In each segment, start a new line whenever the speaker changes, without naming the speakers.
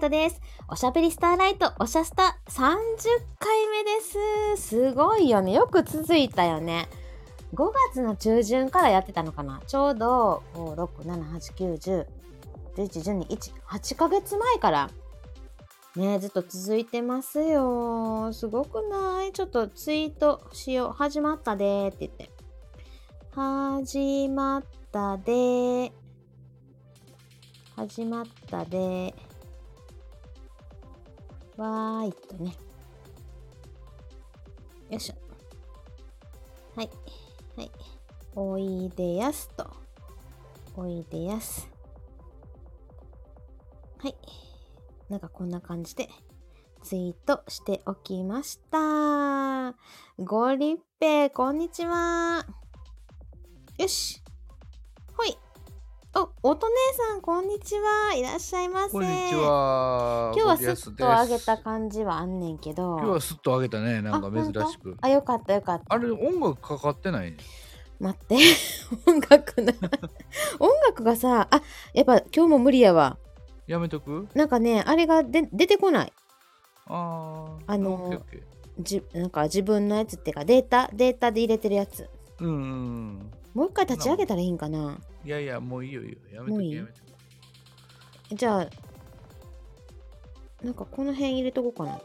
トです。おしゃべりスターライト、おしゃスタ30回目です。すごいよね。よく続いたよね。5月の中旬からやってたのかな。ちょうど5、6、7、8、9、10、11、12、1、8ヶ月前からねずっと続いてますよ。すごくないちょっとツイートしよう。始まったでーって言って。始まったでー。始まったでー。わーいっとね。よいしょ。はい。はい。おいでやすと。おいでやす。はい。なんかこんな感じでツイートしておきました。ごりっぺ、こんにちは。よし。ほい。お、おと姉さん、こんにちは。いらっしゃいませ。
こんにちは。
今日はすっと上げた感じはあんねんけど。
今日はすっと上げたね、なんか珍しく。
あ、あよかったよかった。
あれ、音楽かかってない
待って、 音楽な。音楽がさ、あ、やっぱ今日も無理やわ。
やめとく
なんかねあれがで出てこない
あ
あのじなんか自分のやつっていうかデータデータで入れてるやつ
うん、うん、
もう一回立ち上げたらいいんかない
やいやもういいよいいよやめとけやめと
けじゃあなんかこの辺入れとこうかな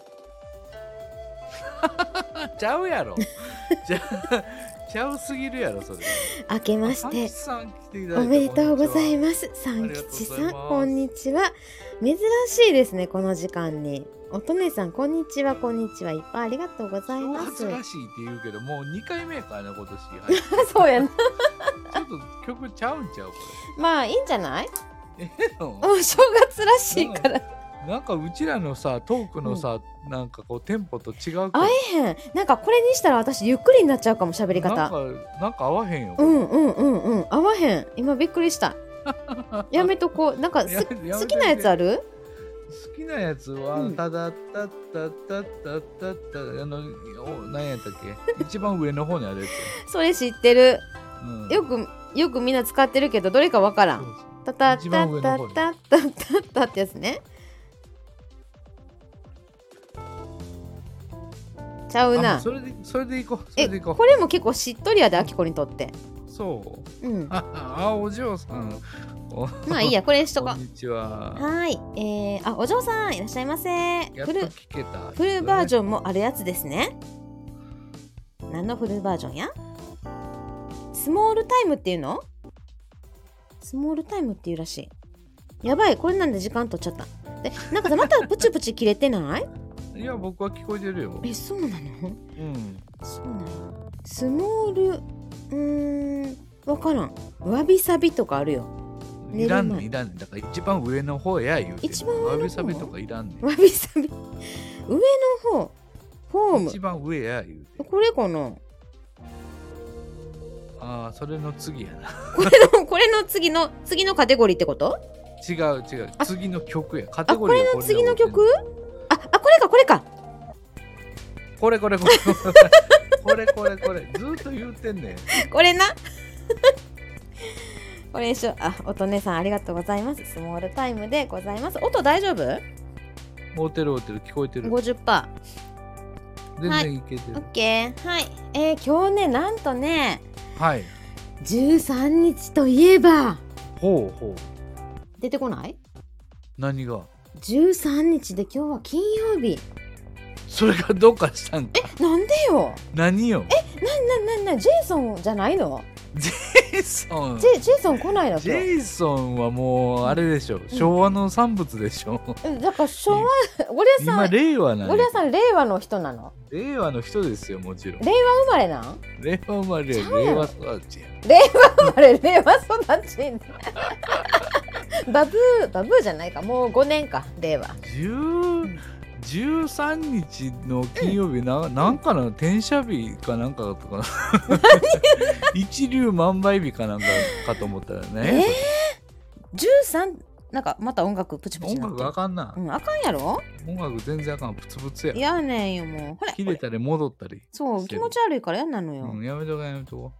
ちゃうやろちゃちゃうすぎるやろそれ
明けましておめでとうございます三吉さんこんにちは珍しいですねこの時間に乙女さんこんにちはこんにちはいっぱいありがとうございます
珍しいって言うけどもう2回目やからね今年
そうやな
ちょっと曲ちゃうんちゃうこ
れまあいいんじゃない
え えの
お正月らしいから、
なんかうちらのさトークのさ、うん、なんかこうテンポと違う
合えへんなんかこれにしたら私ゆっくりになっちゃうかも喋り方なん
かなんか合わへんよ
うんうんうんうん合わへん今びっくりしたやめとこう なんかす好きなやつある
好きなやつは、うん、ただたたたたたたあのお何やったっ け一番上の方にあるや
つそれ知ってる、うん、よくよくみんな使ってるけどどれかわからんたたたたたたたってやつねちゃうな
それでそれでいこうそれでいこう
これも結構しっとりやであきこにとって
そう
うん
ああお嬢さん
まあいいやこれしとこ
こんにちは
はいえー、あお嬢さんいらっしゃいませ
フルフ
ルバージョンもあるやつですね何のフルバージョンやスモールタイムっていうのスモールタイムっていうらしいやばいこれなんで時間取っちゃったでなんかさまたプチプチ切れてない
いや僕は聞こえてる よ。
えそうなの？
うん。
そうなの。スモールうーんわからん。わびさびとかあるよ。
いらんねいらんねだから一番上の方や言う
一番
わびさびとかいらんね
わびさび上の方ホーム
一番上や言うて。
これかな。
ああそれの次やな。
これのこれの次の次のカテゴリーってこと？
違う違う次の曲やカテゴリ
ーこれの次の曲？あこれかこれか
これこれこれ これこれこれずっと言うてんね
んこれな これ一緒あおとねさんありがとうございますスモールタイムでございます音大丈夫
合うてる合うてる聞こえてる
50%
全然いけてる、
はい、オッケーはいえー、今日ねなんとね
はい
13日といえば
ほうほう
出てこない
何が
13日で今日は金曜日
それがどうかしたんか
えなんでよ
何よ
えななななジェイソンじゃないの
ジェイソン
ジェジェイソン来ないの
ジェイソンはもうあれでしょ、うん、昭和の産物でしょ、
うん、だから昭和ゴリアさん
今令和な
ゴリアさん令和の人なの
令和の人ですよもちろん
令和生まれなん
令和生まれ令和育ち
令和生まれ令和育ちバブーバブーじゃないかもう5年か令和
13日の金曜日な,、なんかの転写日かなんかとか一粒万倍日かなんかかと思ったらね、
えー、13
なんかまた音楽プチプチ
音
なって
楽あかんな
う。ん、あかんやろ
音楽全然あかん。プツプツや。
やねんよもうほら
切れたり戻ったり。
そう
して
気
る
持ち悪いからやんなのよ、
うん、やめとこやめとこ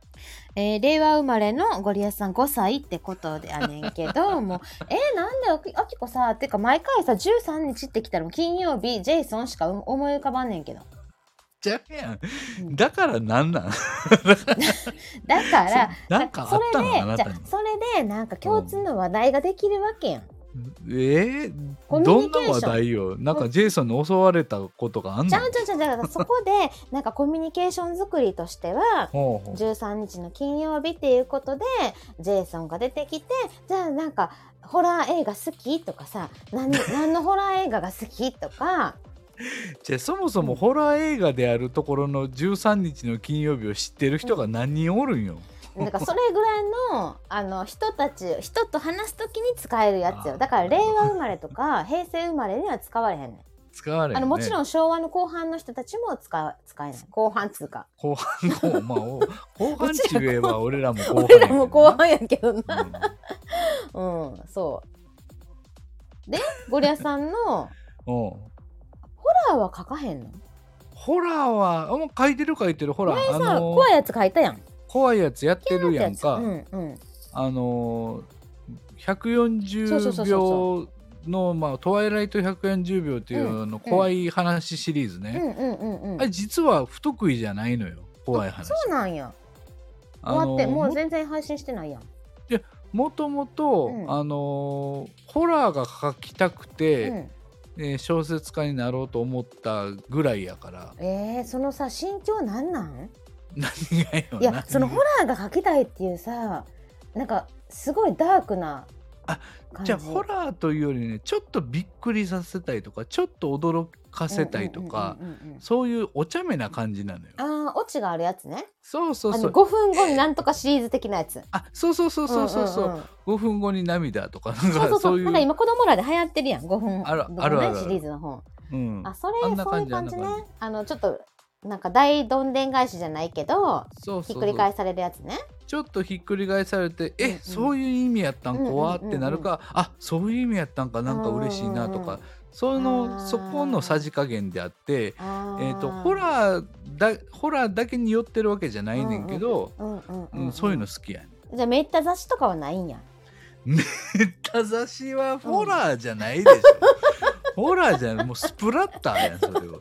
えー令和生まれのゴリアスさん5歳ってことでやねんけ どもうえーなんであきあきこさってか毎回さ13日ってきたらもう金曜日ジェイソンしかう思い浮かばんねんけど
じゃあや
うん
ん。だからなんなん
だ から
なんかあったのあ
それで
な
じゃ
たに
あ。それでなんか共通の話題ができるわけやん、
え
コ
ー、
ミュ
ど
ニ
んな
ケーション
話題よなんかジェイソンに襲われたことがあん
ち
の
ゃうちゃうちゃうだからそこで なんかコミュニケーション作りとしては
ほうほう
13日の金曜日っていうことでジェイソンが出てきてじゃあなんかホラー映画好きとかさ 何何のホラー映画が好きとか
じゃあそもそもホラー映画であるところの13日の金曜日を知ってる人が何人おるんよ、
なんかそれぐらいのあの人たち人と話す時に使えるやつ
あ
よ
ー
だから令和生まれとか平成生まれには使われへんねん
使われへ
あ
ん、
の
ね、
もちろ
ん
ん昭和の後半の人たちも使う使えない後半つうか
後半の、ま あ、お後半ち言えば俺らも後半
俺
やけどな
らも後半やけどな
うん
うんそうでゴリアさんの
うん
ホラーは書かへんの
ホラーはあもう書いてる書いてるほら
前
あ
さ、
の
怖いやつ書いたやん
怖いやつやってるやんか、
うんうん
あの
そうそうそう
140
そ
秒の「まあ、トワイライト140秒」っていうあの怖い話シリーズね、
うんうんうんう
あれ
ん
実は不得意じゃないのよ怖い話
そうなんや
あ
終わって
の
もう全然配信してないやん
もともと、
うん
あのーホラーが書きたくて、
うん
えー小説家になろうと思ったぐらいやから
えー、そのさ心境なんなん
何がよ
いやそのホラーが書きたいっていうさなんかすごいダークな
あ
感
じゃあホラーというよりねちょっとびっくりさせたいとかちょっと驚かせたいとか、
うんうんうんうんうん
そういうお茶目な感じなのよ。
あーオチがあるやつね
そうそう
あ
そ
の
う
5分後になんとかシリーズ的なやつ
あそうそうそうそうそうそう,、
んんん
5分後に涙とかなん
そうそ
か
うそ
そううい
なんか
う、
今子供らで流行ってるやん5分
ある
とか
あるあるあ
ね
る
シリーズの本
うん、
あそれ
あんな
そうい
感
う
じあ
感
んな
じ
感じ
ねあのちょっとなんか大どんでん返しじゃないけど
そう
ひっ
そう
く
そ
り
う
返されるやつね
ちょっとひっくり返されて、
うんう
え
ん
そういう意味やったん
うんうんうん
怖ってなるか、あそういう意味やったんかなんか嬉しいな
う
と
んうんう
か、
ん
そ
あー
のそこのさじ加減であっ
え
て、えー、とホラーだホラーだけに寄ってるわけじゃないねんけど、
うんうん
うん
んん
そういうの好きやねん。
じゃあめった雑誌とかはないんや
たざしはホラーじゃないでしょ。 ホラーじゃないもうスプラッターやんそれは。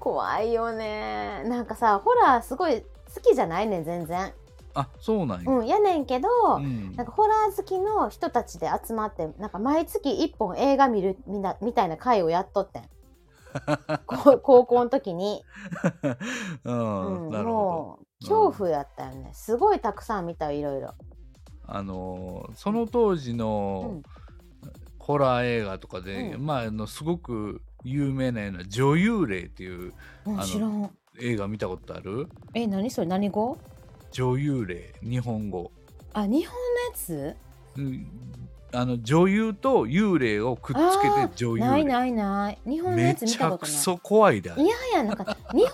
怖いよねなんかさホラーすごい好きじゃないねん全然
あそうなんや。
うんやねんけど、
うん
なんかホラー好きの人たちで集まってなんか毎月1本映画見るみなみたいな会をやっと ってんこ高校の時に、
うん
うん
なるほど。
もう恐怖やったよねすごいたくさん見たよいろいろ、
あのーその当時の、
うん
ホラー映画とかで、
うん
まああのすごく有名なような「女優霊」っていう
うん
あの
知らん
映画見たことある
え何それ何語
女優霊日本語、
あ日本のやつ
うん、あの女優と幽霊をくっつけ
あ
て女優霊
ないないない日本のや
め
つ見
ち
た
ゃ
ことな
く
い
そ怖いであれ
いやいやなんか 日本のや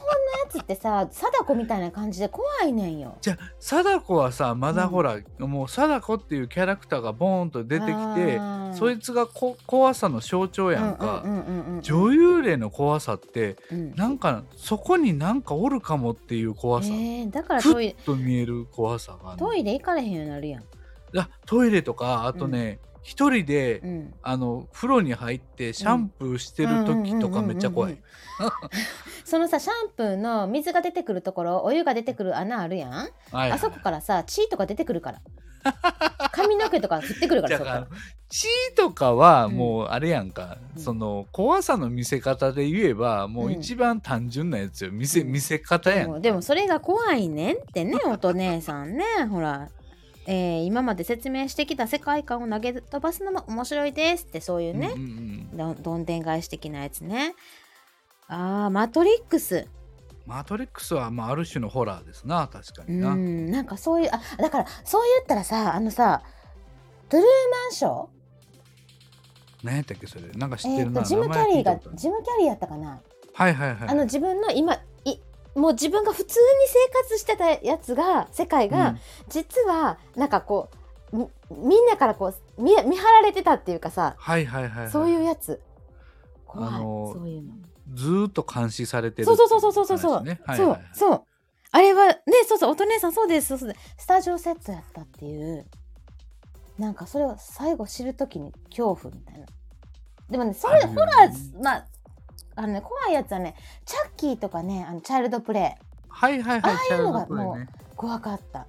つってさ貞子みたいな感じで怖いねんよ
じゃあ貞子はさま
う
だ
ん
ほら、もう貞子っていうキャラクターがボーンと出てきて
あー
そいつがこ怖さの象徴やんか、
うんうんうんうんうん、
女優霊の怖さって
うん
なんかそこになんかおるかもっていう怖さ、
えーだから
ふ
トイレ
っと見える怖さがある
トイレ行かれへんようになるやん、
あトイレとかあとね一、人で、
うん、
あの風呂に入ってシャンプーしてる時とかめっちゃ怖
うん
い
そのさシャンプーの水が出てくるところお湯が出てくる穴あるやん、
はいはい
あそこからさ血とか出てくるから 髪の毛とか振ってくるか
じ
ら
ゃ
そこ
あ
か
あ
ら
の血とかは
うん
もうあれやんか、
うん
その怖さの見せ方で言えばもう
うん
一番単純なやつよ見せ,、
うん
見せ方やん
も
か
うでもそれが怖いねんってね おと姉さんねほら、えー今まで説明してきた世界観を投げ飛ばすのも面白いですってそういうね
う、んうんう
ど
ん
どんでん返し的なやつねあーマトリックス
マトリックスはまあある種のホラーですな確か
う
にな、
んなんかそういうあだからそう言ったらさあのさトゥルーマンショー
何やったっけそれなんか知っ
え
て
っ
る
と
な、
ジム・キャリー
名前聞いた
が
ことある
ジム・キャリーやったかな、
はいはいはい
あの自分の今いもう自分が普通に生活してたやつが世界が、
うん
実はなんかこうみみんなからこう見見張られてたっていうかさ、
はいはいはい、はい、
そういうやつ怖い、
あのー
そういうの
ずーっと監視されてる
そうそうそうそうそうそう、
ってい話ねはい
そう
はいはい
そうあれはねそうそうおとねさんそうですそうですスタジオセットやったっていうなんかそれを最後知るときに恐怖みたいなでもねそれ
あるよね
ホラーまああのね怖いやつはねチャッキーとかねあのチャイルドプレイ
はいはいはい
あ
チ
あい
ャイ
う
ル
の
ド
が
プレイ
も
ね
怖かった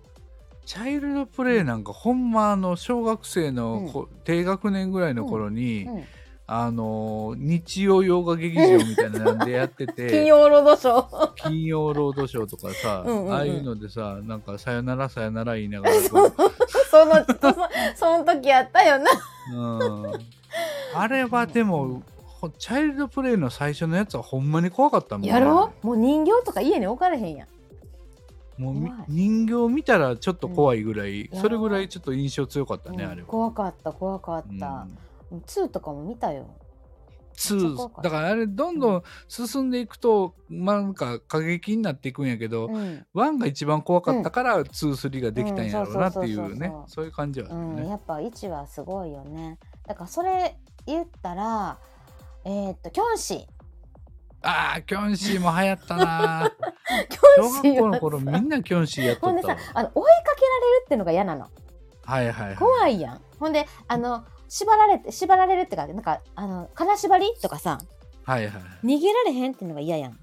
チャイルドプレイなんかほんまあの小学生のこ、低学年ぐらいの頃に、
うん
あのー日曜洋画劇場みたいなんでやってて
金曜ロードショー
金曜ロードショーとかさ
うんうんうん
ああいうのでさなんか「さよならさよなら」言いながらこ
そのそその時やったよな
う、うん、あれはでもほチャイルドプレイの最初のやつはほんまに怖かったもんね
やろもう人形とか家に置かれへんやん
もうみ
怖い
人形見たらちょっと怖いぐらい、
うん
それぐらいちょっと印象強かったね、
うん
あれは。
怖かった怖かった、2とかも見たよ
ツ
めっちゃ怖か
ー
った
だからあれどんどん進んでいくと、まあなんか過激になっていくんやけど、
うん、
ワン1が一番怖かったから23ができたんやろうなって
うん
い
そうそ
う
うそう
ね
そう
そういう感じはある
うん、
ね。
やっぱ1はすごいよねだからそれ言ったらえーっとキョンシ
ああキョンシーも流行っ たな
ーキョ
小
ンシ
学
ー
校
は
の頃みんなキョンシーやっと
ほん
っ
で
たわ
さ。あの追いかけられるっていうのが嫌なの
はいはい、はい、
怖いやんほんであの縛られて縛られるってかなんかあの金縛りとかさ
はいはい。
逃げられへんっていうのが嫌やん、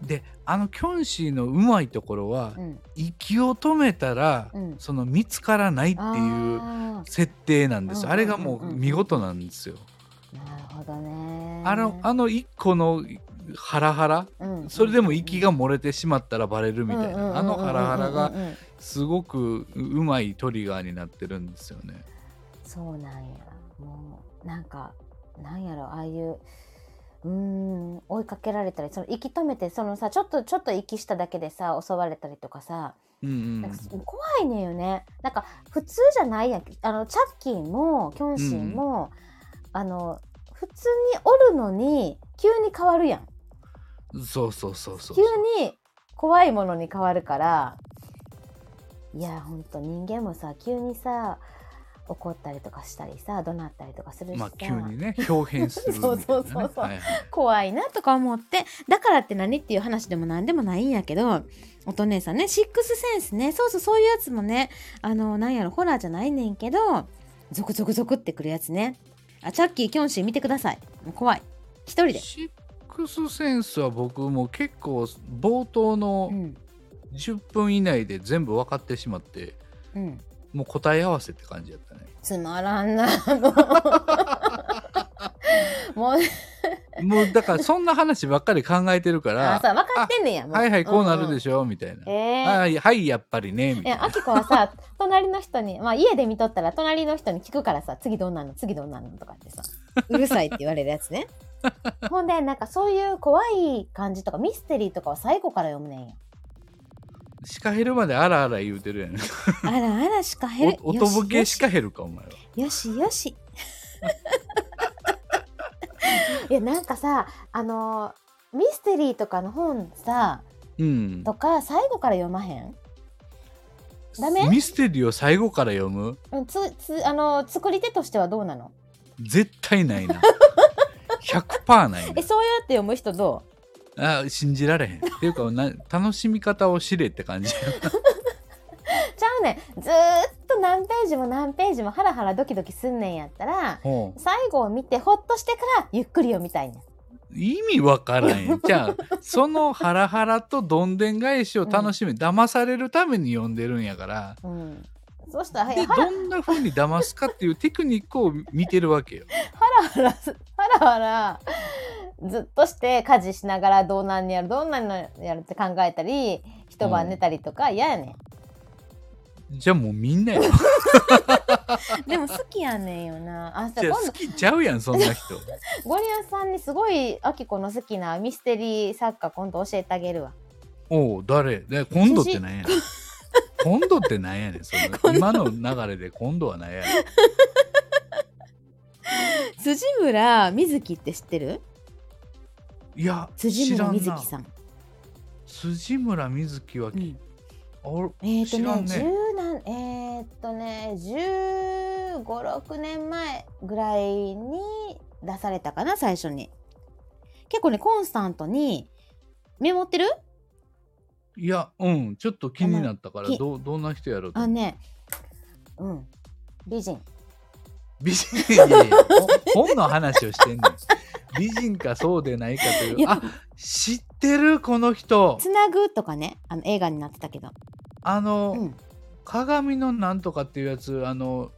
であのキョンシーのうまいところは、
うん、
息を止めたら、
うん
その見つからないっていう
あ
設定なんですよ、
うん
あれがもう見事なんですよ。
ーなるほどね
あのあの一個のハラハラ
うん
それでも息が漏れてしまったらバレるみたいなあのハラハラが
うんうんうんうん
すごくうまいトリガーになってるんですよね。
そうなんやもうなんかなんやろああいううーん追いかけられたりその息止めてそのさちょっとちょっと息しただけでさ襲われたりとかさ
うんうん
なんか怖いねんよねなんか普通じゃないやんあのチャッキーもキョンシーも、あの普通におるのに急に変わるやん
そうそうそうそう
急に怖いものに変わるからいやほんと人間もさ急にさ怒ったりとかしたりさ怒鳴ったりとかするしさ、
まあ急にね表変するみたいな、ね、
そうそうそうそう
はいはい
怖いなとか思ってだからって何っていう話でも何でもないんやけどおとねさんねシックスセンスねそうそうそういうやつもねあのなんやろホラーじゃないねんけどゾクゾクゾクってくるやつねあチャッキーキョンシー見てくださいもう怖い一人で、
シックスセンスは僕も結構冒頭の
うん
10分以内で全部分かってしまって
うん、
もう答え合わせって感じやったね。
つまらんなもうも う
もうだからそんな話ばっかり考えてるか
あ
ら
さ分かってんねんやも
はいはいこうなるで
し
しょ、みたいな。
ええ
はいはいやっぱりねみた
え
いな。
あきこはさ隣の人に、まあ、家で見とったら隣の人に聞くからさ次どんなの次どんなのとかって さうるさいって言われるやつねほんでなんかそういう怖い感じとかミステリーとかは最後から読むねんよ
シカヘルまであらあら言うてるやん。
あらあらしか減る
おとぼけシカヘルかお前は。
よしよ しいやなんかさあのーミステリーとかの本さ
うん。
とか最後から読まへんダメ
ミステリーを最後から読む
うんつつあのー作り手としてはどうなの
絶対ない な。100%ない
えそうやって読む人どう
な。あ信じられへん。っていうかな楽しみ方を知れって感じ。
ちゃうねんずーっと何ページも何ページもハラハラドキドキすんねんやったら
ほ
最後を見てホッとしてからゆっくり読みたいねん
う意味わからんやん。じゃあ そのハラハラとどんでん返しを楽しみ、騙されるために読んでるんやから。
うん、そうしたらはい
で
ハラ
どんな風に騙すかっていうテクニックを見てるわけよ。
ハラハラハラずっとして家事しながらどうなんやるどうなんやるって考えたり一晩寝たりとか嫌やねん、
じゃあもうみ んなよ。
でも好きやねんよなあそう
じゃあ
今
好
度
きちゃうやんそんな人。
ゴリアスさんにすごいあきこの好きなミステリー作家今度教えてあげるわ
おう誰で今度ってなん やねん。今度ってなんやねんその今の流れで今度はなんやねん。
辻村瑞希って知ってる
いや
辻
知ら
村
ん
瑞
な
希。さん
辻村瑞希は、
うん
お
えーと
知ら
ね
んね
十何えー
ーっとね1 5 6年前ぐらいに
出されたかな最初に結構ねコンスタントにメモってる
いやうんちょっと気になったから
き
どうどんな人やろうと
あのねうん
美人
美人いやいやいやほ本の話をしてんねん美人かそうでないかという
いや
あ知ってるこの人
つなぐとかねあの映画になってたけど
あの、
うん
鏡のなんとかっていうやつあの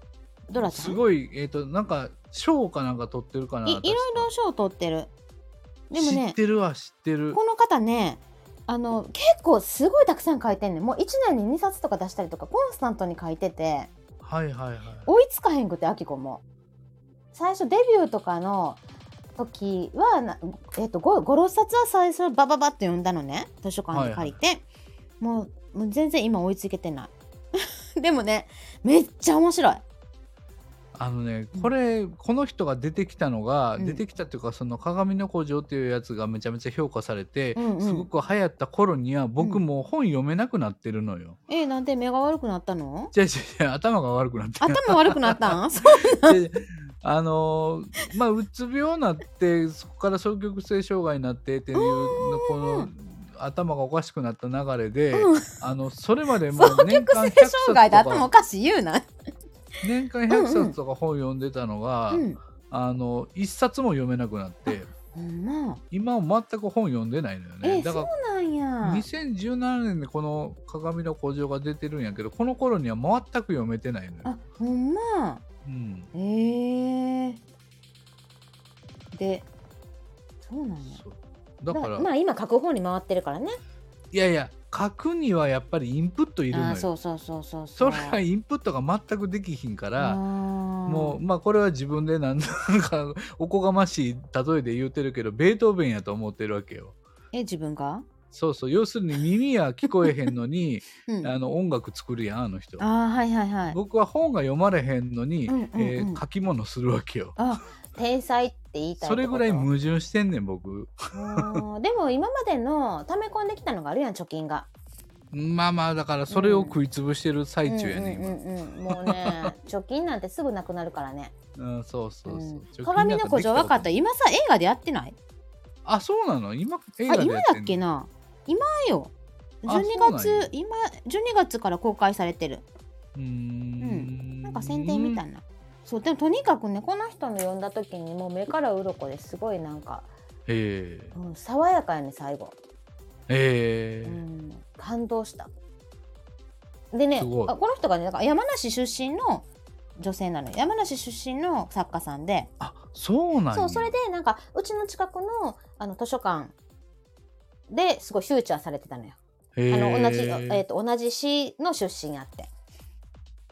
ドラちゃん
すごいえっ、となんか賞かなんか取ってるかないい
いろいろ賞を取ってるでも
知っ
ね
てるは知ってる
この方ねあの結構すごいたくさん書いてんねんもう1年に2冊とか出したりとかコンスタントに書いてて
はいはいはい
追いつかへんくてあきこも最初デビューとかの時はな、えっと56冊は最初バババッと読んだのね図書館で借りて、もうもう全然今追いつけてない でもねめっちゃ面白い
あのねこれこの人が出てきたのが、
うん
出てきたっていうかその鏡の工場っていうやつがめちゃめちゃ評価されて、
うんうん
すごく流行った頃には僕もう本読めなくなってるのよ。
えなんで目が悪くなったの
じゃじゃ頭が悪くなってる
頭悪くな ったんそう
であのーまあうつ病になってそこから双極性障害になってっていうのこの頭がおかしくなった流れで、
う
あのそれまでもう
双
年
極
間100
性
冊と
障害で頭お
か
かしい言うな
年間100冊とか本読んでたのが、
うん
あの1冊も読めなくなって
ほんま
今も全く本読んでないのよね。
え
だから
そうなんや
2017年でこの「鏡の工場」が出てるんやけどこの頃には全く読めてないのよ。
あほんま
うん
えー、でそうなんや
そうだから、
まあ今書く方に回ってるからね
いやいや書くにはやっぱりインプットいるの
あ
よ
ーそうそうそうそう
そうれはインプットが全くできひんからも
も
うまあこれは自分でなんだか おこがましい例えで言うてるけどベートーベンやと思ってるわけよ。
え自分が、
そうそう要するに耳は聞こえへん のに
うん、
あ
あ
の音楽作るやんあの人。
あーはいはいはい
僕は本が読まれへんのに、
うんうんうん
えー書き物するわけよ。
あ
天才って言いたい
それぐらい
無
矛盾してんねん僕。
でも今までの溜め込んできたのがあるやん貯金が
まあまあだからそれを食いつぶしてる最中やね、
うんうんうんうんもう ね貯金なんてすぐなくなるからね
今。うんそうそうそう。
う
ちょ
ん、鏡の古城分かった今さ映画でやってない
あそうなの今映
あ
画で
今
や
や
ってんの
っけな今よ12
あそうなんや
月今12月から公開されてる
うーん
なんか宣伝みた
ない
なそうでもとにかくねこ
この人の呼んだ時にもう目から鱗ですごいなんか、
ええ
うん、爽やかやね最後、
え
う
え
ん、感動したでねあ
すごい
こ
この人がねだから山梨出身の女性なのよ山梨出身の作家さんで
あそうなんや
そうそれでなんかうちの近くのあの図書館ですごいフューチャーされてたのよ、
へえ
あの同じ、えー、と同じ市の出身やって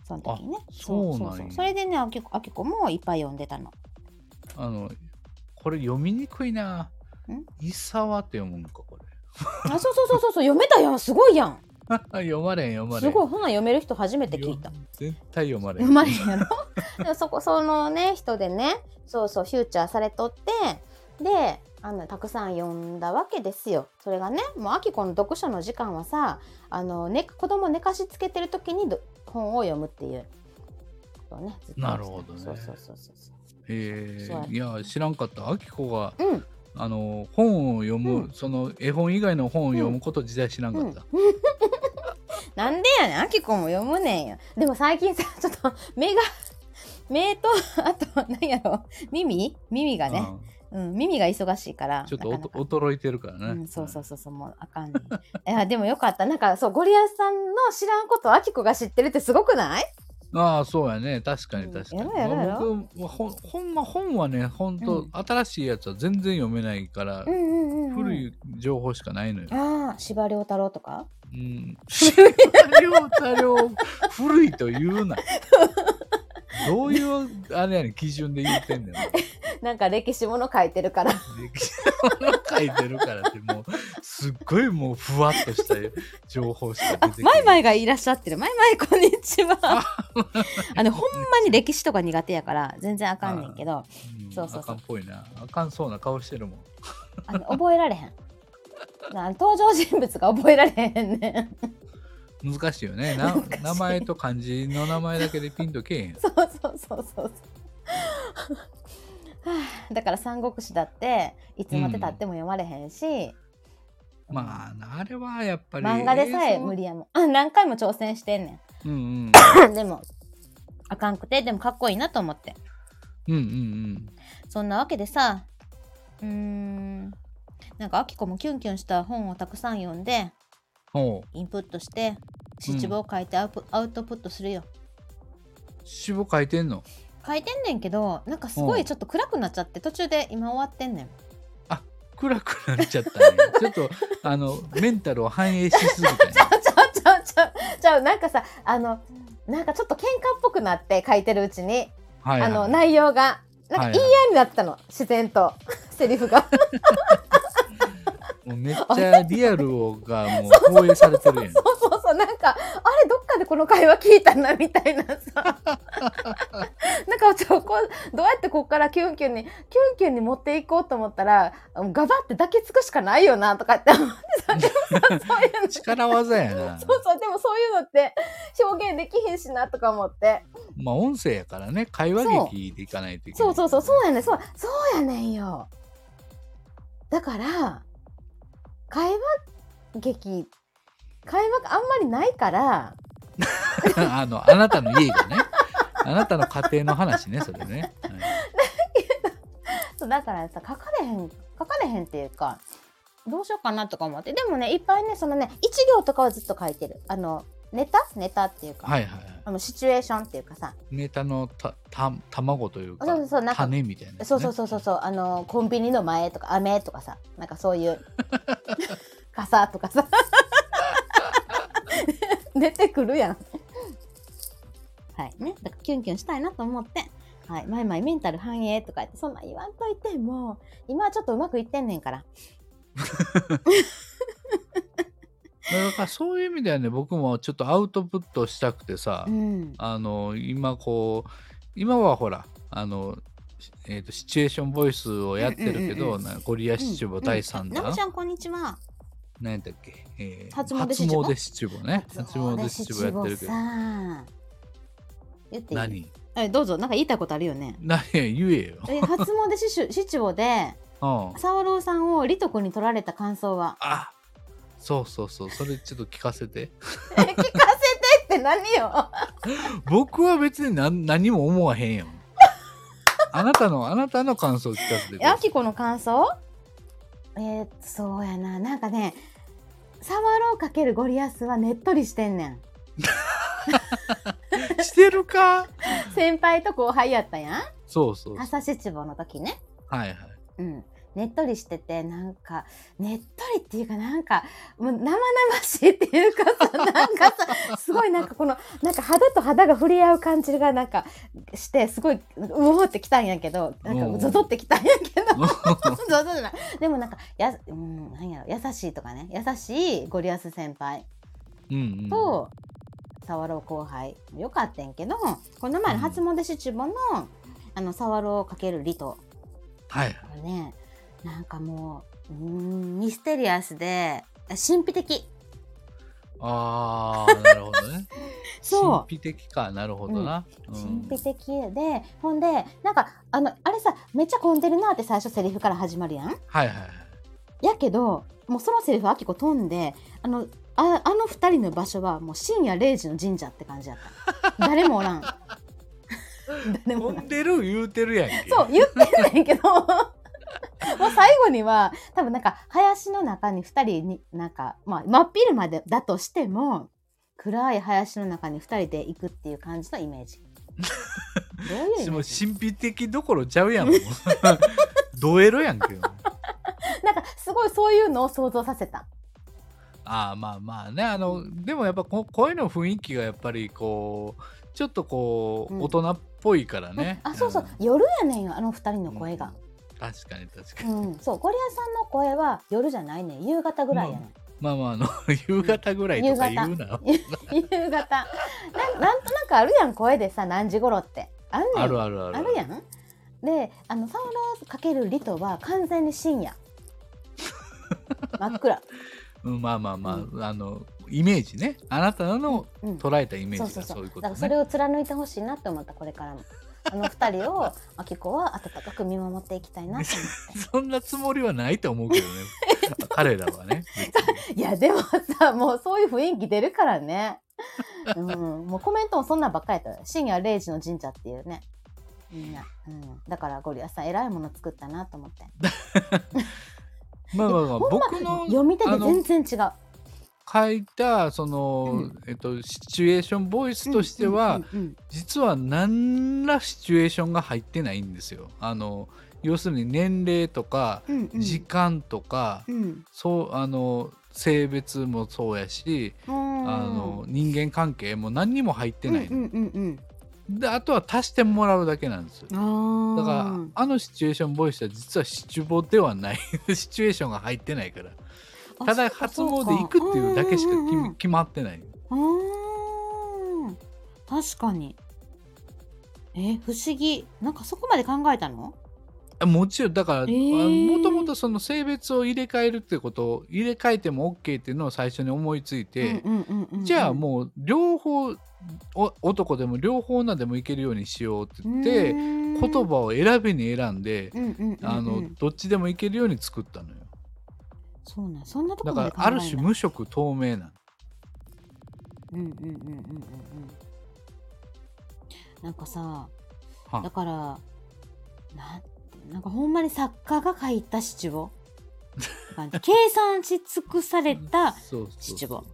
その時ね
あそうなんや
それでねあきこあきこもいっぱい読んでたの
あのこれ読みにくいなん「伊沢」って読むんかこれ
あそうそうそうそうそう読めたやんすごいやん
読まれへん読まれへ
す
ん
ごいそんなん読める人初めて聞いた
よ絶対読まれへん
読まれへんやろ
でもそこそのね人でねそうそうフューチャーされとってであのたくさん読んだわけですよそれがねもうあきこの読書の時間はさあの、ね、子供寝かしつけてる時にど本を読むっていうことをねずっと
なるほどね
そうそうそうそうそ
え
そうや
いや知らんかったあきこが
ううん
あの本を読む、
う
その絵本以外の本を読むこと自体知らんかった、
なんでやねんあきこも読むねんや
でも最 近さちょっと目が
目とあと何やろ耳耳がね、うん、耳が忙しいから
ちょっと
な
お
かな
と
か
衰えてるからね、
うん、そうそう
う
そうそうもうあかんね んいやでもよ
よ
か
か
っ
ったた
な
なんん
か
かそうゴリアスさんの知らんことをあきこが知ってるってすごくない
ああそうやね確かに確かに、
うんやろやろやろ
僕はほんほんま本はねほんと、
うん
新しいやつは全然読めないから、
んうん
古い情報しかないのよ。
ああ司馬遼太郎とか
うん、多量多量古いと言うな。どういうあれやねん基準で言ってんねん。
なんか歴史もの書いてる から
歴史の書いてるからってもうすっごいもうふわっとした情報しか
あ
出て
マイマ
ない。
イがいらっしゃってるマイマイこんにち はあのほんまに歴史とか苦手やから全然あかんねんけど
うん
そうそうそう
あかんっぽいな。あかんそうな顔してるもん。
あの覚えられへん。な登場人物が覚えられへんねん。
難しいよ ねな
難しい
名前と漢字の名前だけでピンとけえへん
そうそうそうそうそう。はあだから「三国志」だっていつまでたっても読まれへんし、
まああれはやっぱり
漫画でさえ
映像
無理やもんあ何回も挑戦してんね
うんうん
んでもあかんくてでもかっこいいなと思って
うんうん
そんなわけでさうーんなんかあきこもキュンキュンした本をたくさん読んで
うんほ
インプットして七望を書いてアウプアウトプットするよ
う詩を書いてんの
書いてんねんけどなんかすご
う
い
ん
ちょっと暗くなっちゃって途中で今終わってん ねん
暗くなっちゃっ たねちょっとあのメンタルを反映しすぎたね
ちゃうちゃうちゃうちゃうなんかさあのなんかちょっと喧嘩っぽくなって書いてるうちに、
はい、はい、
あの内容がなんか
はいいはい
いやになったの、自然とセリフが
もうめっち ゃリアルをがもう放映されてるやん
そうそうそうなんかあれどっかでこの会話聞いたなみたい なさなんかちょこうどうやってここからキュンキュンにキュンキュンに持っていこうと思ったらガバって抱きつくしかないよなとかって思ってさでもさそういうの
力技やな
そうそうでもそういうのって表現できへんしなとか思って。
まあ音声やからね会話劇でいかないといけない
そうそうそうそうやねんそうそうやねんよだから会話劇会話があんまりないから
あの、あなたの家がね。あなたの家庭の話ね、それね。はい
そうだからさ書かれへん書かれへんっていうかどうしようかなとか思ってでもねいっぱいねそのね一行とかはずっと書いてるあのネタネタっていうか、
はいはいはい。
あのシチュエーションっていうかさ
ネタのた、た、卵というか。
そうそうそうなんか
種みたいなやつね、
そうそうそうそうそうあのコンビニの前とか雨とかさなんかそういう 傘とかさ 出てくるやんはいねだからキュンキュンしたいなと思って「はい、マイマイメンタル反映」とか言ってそんなん言わんといてもう今はちょっとうまくいってんねんから
だから、そういう意味ではね、僕もちょっとアウトプットしたくてさ。
うん
あの、今こう。今はほら、あの。えー、とシチュエーションボイスをやってるけ
うんうんうん
ど、
うん
なゴリアシチュボ第3
な
弾、
みちゃんこんにちは
何やったっけ、えー、
初詣シチュボ
初詣シチュボね初詣シチュボやってるけど
さあ言っていい
何
えどうぞなんか言いたいことあるよね
何や言えよ、
え初詣シチュシチュボで
うん、
沢朗さんをリトコに取られた感想は
あそうそうそうそれちょっと聞かせて
聞かせてって何 よ
僕は別に何何も思わ へんよあなたのあなたの感想を聞かせて
あ
ください
きこの感想えー、そうやななんかね沢朗かけるゴリアスはねっとりしてんねん
してるか
先輩と後輩やったやん
そうそうはい
朝七坊の時ね
はい
うんねっとりしててなんかねっとりっていうかなんかもう生々しいっていうかさなんかさすごいなんかこのなんか肌と肌が触れ合う感じがなんかしてすごいうおーってきたんやけどなん
う
か
ん
ゾゾってきたんやけどゾゾじゃないでもなんかや、うん、なんやろ優しいとかね優しいゴリアス先輩
うんうん
と沢朗後輩よかったんやけどこの前の初詣シチュボのあの沢朗×リト
はい
これねなんかもううーんミステリアスで神秘的
あーなるほどね
そう
神秘的かなるほどな、うん
神秘的で、ほんでなんかあのあれさめっちゃ混んでるなって最初セリフから始まるやん
はいはいはい
やけどもうそのセリフあきこ飛んであのああの二人の場所はもう深夜0時の神社って感じやった誰もおらん誰もお
飛
らん
んでる言うてるやんけ
そう言ってんねん けどもう最後には多分なんか林の中に2人になんか、まあ、真っ昼までだとしても暗い林の中に2人で行くっていう感じのイメ ージ。どういうイメ
もう
ージ
神秘的どころち ゃうやんもうドエロやんけよ
なんかすごいそういうのを想像させた。
ああまあまあねあの、でもやっぱこ声の雰囲気がやっぱりこうちょっとこう、
うん
大人っぽいからね、
あそうそう、
ん
夜やねんよあの2人の声が。
確かに確か
う
に、
ん、そうゴリアさんの声は夜じゃないねん夕方ぐらいやねん。
まあまああの夕方ぐらいとか言うな、
夕方なんなんとなくあるやん声でさ何時頃ってあんねん
あるあるある
あるやんであのサウロかけるリトは完 全に深夜真っ暗
うんまあまあまあ、
う
あのイメージねあなたの
うん
捉えたイメ
そ
ー
う
ジ
そう
が
そ
そういう
う。
こ
だ
と
からそ
ね
れを貫いてほしいなって思ったこれからも。あの二 人をあきこは温かく見守っていきたいなって思っ
そんなつもりはないと思うけどね彼らは ね
て。いやでもさもうそういう雰囲気出るからね。うん、もうコメントもそんなんばっかりやった深夜0時の神社っていうねみんな、うん、だからゴリラさん偉いもの作ったなと思って
まあまあま
ほ
あ
んま
僕の
読み手
あ
で
の
全然違う
書いたその、
う
えっと、シチュエーションボイスとしては、
うんうん
実は何らシチュエーションが入ってないんですよ。あの要するに年齢とか
うんうん
時間とか、
うん
そうあの性別もそうやし、
うん
あの人間関係も何にも入ってない、
うんうんうん
であとは足してもらうだけなんですよ。
うん、
だ
あ
から、
ー
あのシチュエーションボイスは実はシチュボではない シチュエーションが入ってないから
あ
ただ
そうか
初
そうか
詣行くっていうだけしか
ん
決
うんうんう
め
ん
決まってない。
うーん確かにえ不思議なんかそこまで考えたの
もちろんだから、あ
ー
もともとその性別を入れ替えるってことを入れ替えても OK っていうのを最初に思いついて、
うんうんうんうんうん
じゃあもう両方お男でも両方なんでもいけるようにしようって言って、
言
言葉を選びに選んで、
うんうんうんうん
あのどっちでもいけるように作ったのよ
そうねそんなとこ
だ
まで
から
考え
あ
ない
る種無色透明なの
うんうんうんうんうんうんなんかさ
はい
だからなんなんかほんまに作家が書いた七五 なんか計算し尽くされたっ
そうそうそう
秩父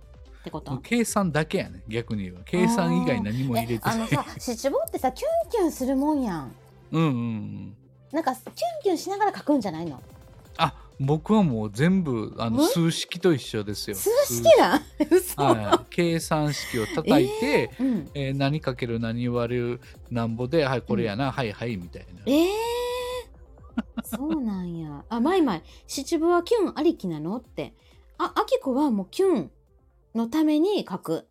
てこ
もう
と
計算だけやね逆に言えば計算以外何も入れて
えあ
な
の
い
さ七五ってさキュンキュンするもんやん
うんうんうん
なんかキュンキュンしながら書くんじゃないの
あ僕はもう全部あの
ん
数式と一緒ですよ
数式なん嘘、
はい、計算式を叩いて、
うん
えー何かける何割るなんぼではいこれやな、はいはいみたいな
ええー、そうなんや。あ、まいまい、七分はキュンありきなのって。あ、あきこはもうキュンのために書く。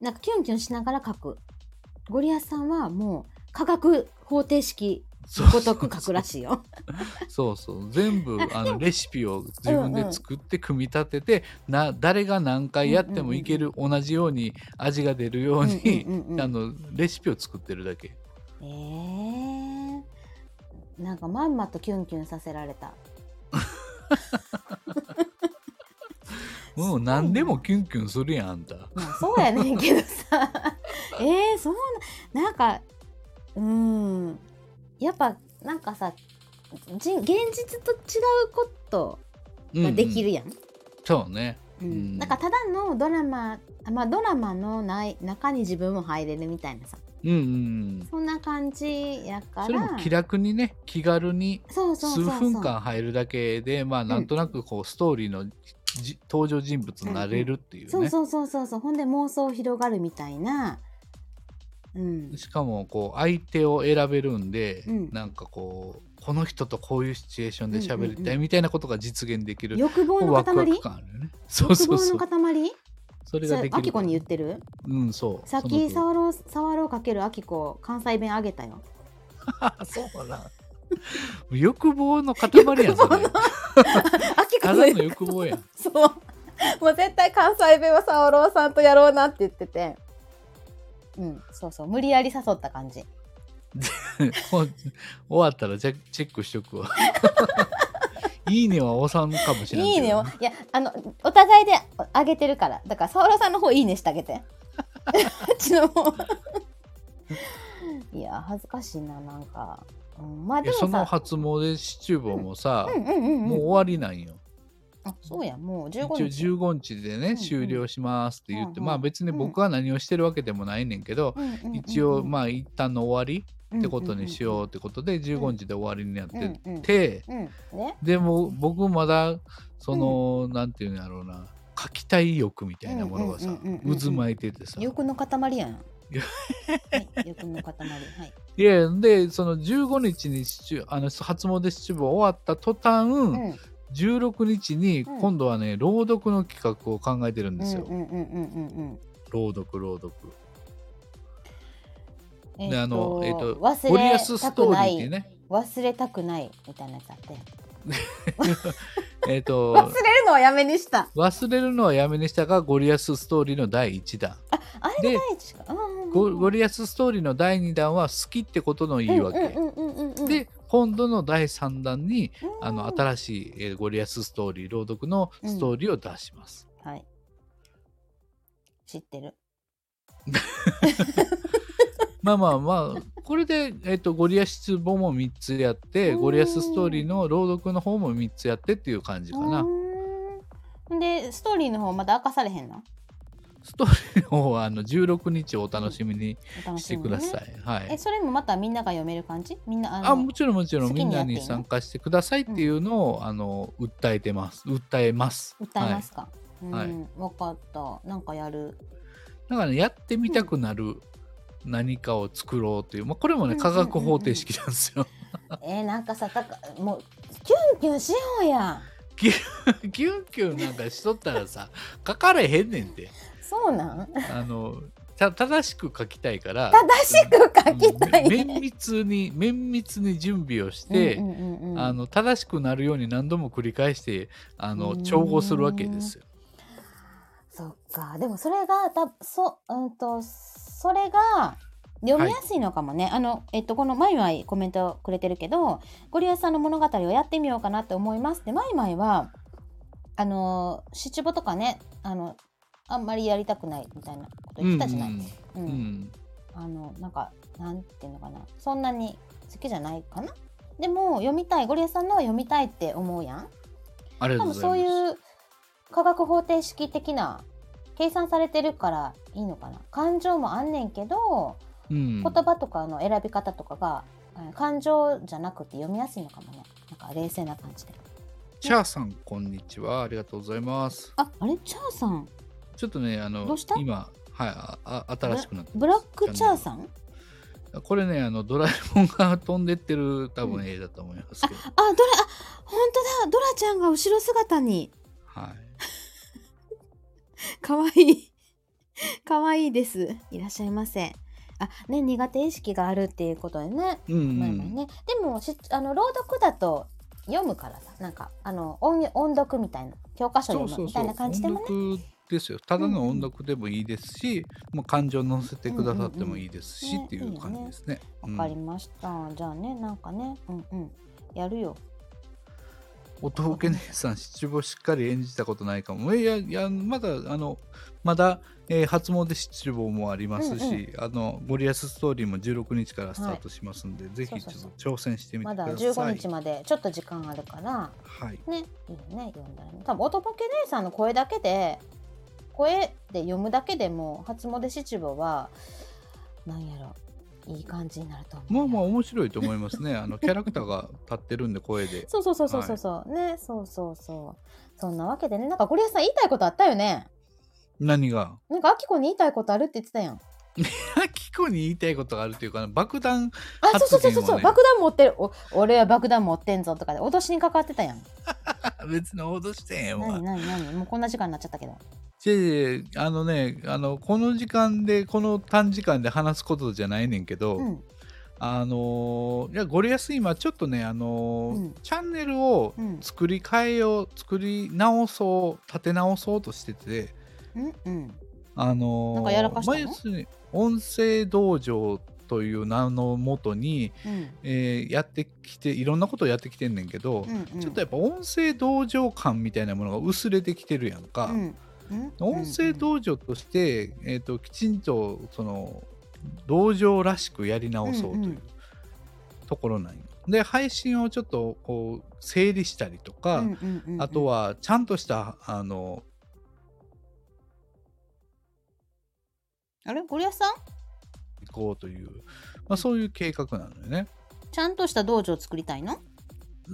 なんかキュンキュンしながら書く。ゴリアスさんはもう化学方程式
そう
ごとく書くらしいよ。
そうそう 全部あのレシピを自分
うんう
で
ん
作って組み立てて、な誰が何回やってもいける、同じように味が出るように、
うんうんうんうん
あのレシピを作ってるだけ
ええー。なんかまんまとキュンキュンさせられた。
もう何でもキュンキュンするやんあんた
まあそうやねんけどさ えー、そうななんかうーんやっぱなんかさじ現実と違うことができ
うんうん
るやん。
そうね
うん
うん
なんかただのドラマあまあドラマのない中に自分も入れるみたいなさ
うんうん
そんな感じや
うん
から
それも気楽にね気軽に
そうそうそ
数
うそう
分間入るだけでまあなんとなくこうストーリーのじ登場人物になれるっていうね、
そうそうそうそうそうほんで妄想広がるみたいなうん
しかもこう相手を選べるんで、
うん
なんかこうこの人とこういうシチュエーションで喋り
うんうん
た
う
いみたいなことが実現できる、
欲望の
ワクワ
塊
ク感あるよねそうそうそう
欲望の塊
それ
それ
ができ
あ
る
きこに言ってる
うんそう
さっき
その
触ろう触ろうかけるあきこ関西弁あげたよ。
あそうかな欲望の塊やんそれ
あき
ただの欲望やん
そう。もう絶対関西弁は触ろうさんとやろうなって言ってて。うん、そうそう無理やり誘った感じ。
もう終わったらチェチェックしとくわいいねはおさんかもしれない
いいねをいやあのお互いであげてるからだから沢ろさんの方いいねしてあげ て。 うちの方。いや恥ずかしいななんか。うん、まあ
い
で
や
も
その
さ。
初詣シチューボもさ、
うんうんうん
もう
うん。
終わりなんよ。
あそうやもう
一応
15日。
15日でね、
うん
終了しますって言って、
うんうん
まあ別に僕は何をしてるわけでもないねんけど、
うんうんうんうん
一応まあ一旦の終わりってことにしようってことで15日で終わりになってて、
うんうんうんうん。ね。
でも僕まだその、なんていうんやろうな書きたい欲みたいなものがさ、
うんうんうんうんうん
渦巻いててさ。
欲の塊やん。はい
や
い、欲の塊。はい。
いやでその15日にシチューあの初詣シチューボ終わった途端、
うん。
16日に
うん
今度はね、朗読の企画を考えてるんですよ、
うんうんうんうんうん
朗読朗読
うん。
であのえっと
忘
ゴリア
れ
ス
た
スト
く
ー
な
リーって
い、
ね
忘れたくないみたいなやつあって。
えっ と
忘れるのはやめにした。
忘れるのはやめにしたがゴリアスストーリーの第1弾
あれ
で
が第一か。うんうんうん
ゴゴリアスストーリーの第2弾は好きってことの言い訳、
うんうんうんうんうん、
で今度の第3弾に
うん
あの新しい、えーゴリアスストーリー朗読のストーリーを出します、
はい。知ってる。
まあまあまあこれで、えっとゴリアス壺も3つやって
うん
ゴリアスストーリーの朗読の方も3つやってっていう感じかな、
うーんで、ストーリーの方まだ明かされへんの
ストーリーの方はあの16日をお楽しみに
お楽
して
しみ
く
にね
ださい、は
え、
い
それもまたみんなが読める感じみんな、
あ
あの、
もちろんもちろん
好
み
き
ん
にや
な
っていいの
に参加してくださいっていうのを、あの訴えてます訴えます
歌いま
は
すか、
は
うん、わかった。なんかやる。
い、だから、ね、やってみたくなる何かを作ろうという、まあ、これもね
うん
科学方程式なんですよ、
えー、なんかさ、たかもう、キュンキュンしようや。
キュンキュンなんかしとったらさ書かれへんねんて
そうなん
あのた正しく書きたいから
正しく書きたい
うん
ね。
め綿密に綿密に準備をし
うん
て、
うんうんうん
あの正しくなるように何度も繰り返してあ
う
の
ーん
調合するわけですよ。
そっか。でもそれが、たそ、うんと、それが、読みやすいのかもね。あの、えっと、このマイマイコメントくれてるけど、ゴリアスさんの物語をやってみようかなって思いますって、マイマイは、あの、シチュボとかね、あの、あんまりやりたくないみたいなこと言ってたじゃない。う、
うんんうんうん
あの、なんか、なんていうのかな。そんなに好きじゃないかな。でも、読みたい、ゴリアスさんのは読みたいって思うやん。
ありが
多
とうご
分
ざい
そ
ま
う
す。
いう科学方程式的な計算されてるからいいのかな感情もあんねんけど、
う
言
ん
葉とかの選び方とかがあ感情じゃなくて読みやすいのかもねなんか冷静な感じで
チャーさんこんにちはありがとうございます。
ああれチャーさん
ちょっとねあの
どうした
今はいああ新しくなってます
ブラックチャーさん
これねあのドラえもんが飛んでってる多
う
分絵だと思いますけど、
あドラあ本当だドラちゃんが後ろ姿に
はい。
可愛い可愛いですいらっしゃいませあね苦手意識があるっていうことでね
うんうん
前々ね、でもしあの朗読だと読むからさなんかあの音音読みたいな教科書
そう
読
そ
む
う
みた
そう
いな感じでもね
音読ですよただの音読でもいいですし、もう感情乗せてくださってもいいですし、
うんうんうん
っていう感じですね。
わかり
うん
ました、じゃあねなんかねうんうんやるよ
おとぼけ姉さん七五しっかり演じたことないかも。いやいやまだあのまだ、えー初詣七五もありますし、
うんう
あのゴリアスストーリーも16日からスタートしますんで、ぜひち
そうそ
ょ
う
っと挑戦してみて
ま
くだ
だ
さい。
15日までちょっと時間あるから
はい。
ねいいよね読んだらね多分音ボケ姉さんの声だけで声で読むだけでも初詣七五はなんやろいい感じになると思うよ
まあまあ面白いと思いますね。あのキャラクターが立ってるんで声で。
そうそうそうそうそうそう、ねそうそうそうそんなわけでねなんかゴリアスさん言いたいことあったよね
何が
なんかアキコに言いたいことあるって言ってたやん
あきこに言いたいことがあるというか爆弾
あそうそうそう
発言をね
そうそう、爆弾持ってるお俺は爆弾持ってんぞとかで脅しにかかってたやん
別に脅してへんわ
何。何何もうこんな時間になっちゃったけど
じゃああのねあのこの時間でこの短時間で話すことじゃないねんけど、
うん
あのーいやゴリアス今ちょっとねあのー
うん
チャンネルを
うん
作り変えよう作り直そう立て直そうとしてて
うんうん
あのー
なんかやらかしたの
まあ要するに音声道場という名のもとに、
うん
えーやってきていろんなことをやってきてんねんけど、
うんうん
ちょっとやっぱ音声道場感みたいなものが薄れてきてるやんか、
うんうん
音声道場として、えー、ときちんとその道場らしくやり直そうと
ん
いううんうところなんよ。で配信をちょっとこう整理したりとか、
うんうんうんうん
あとはちゃんとしたあの
あれゴリアスさん
行こうという、まあ、そういう計画なのよね。
ちゃんとした道場を作りたいの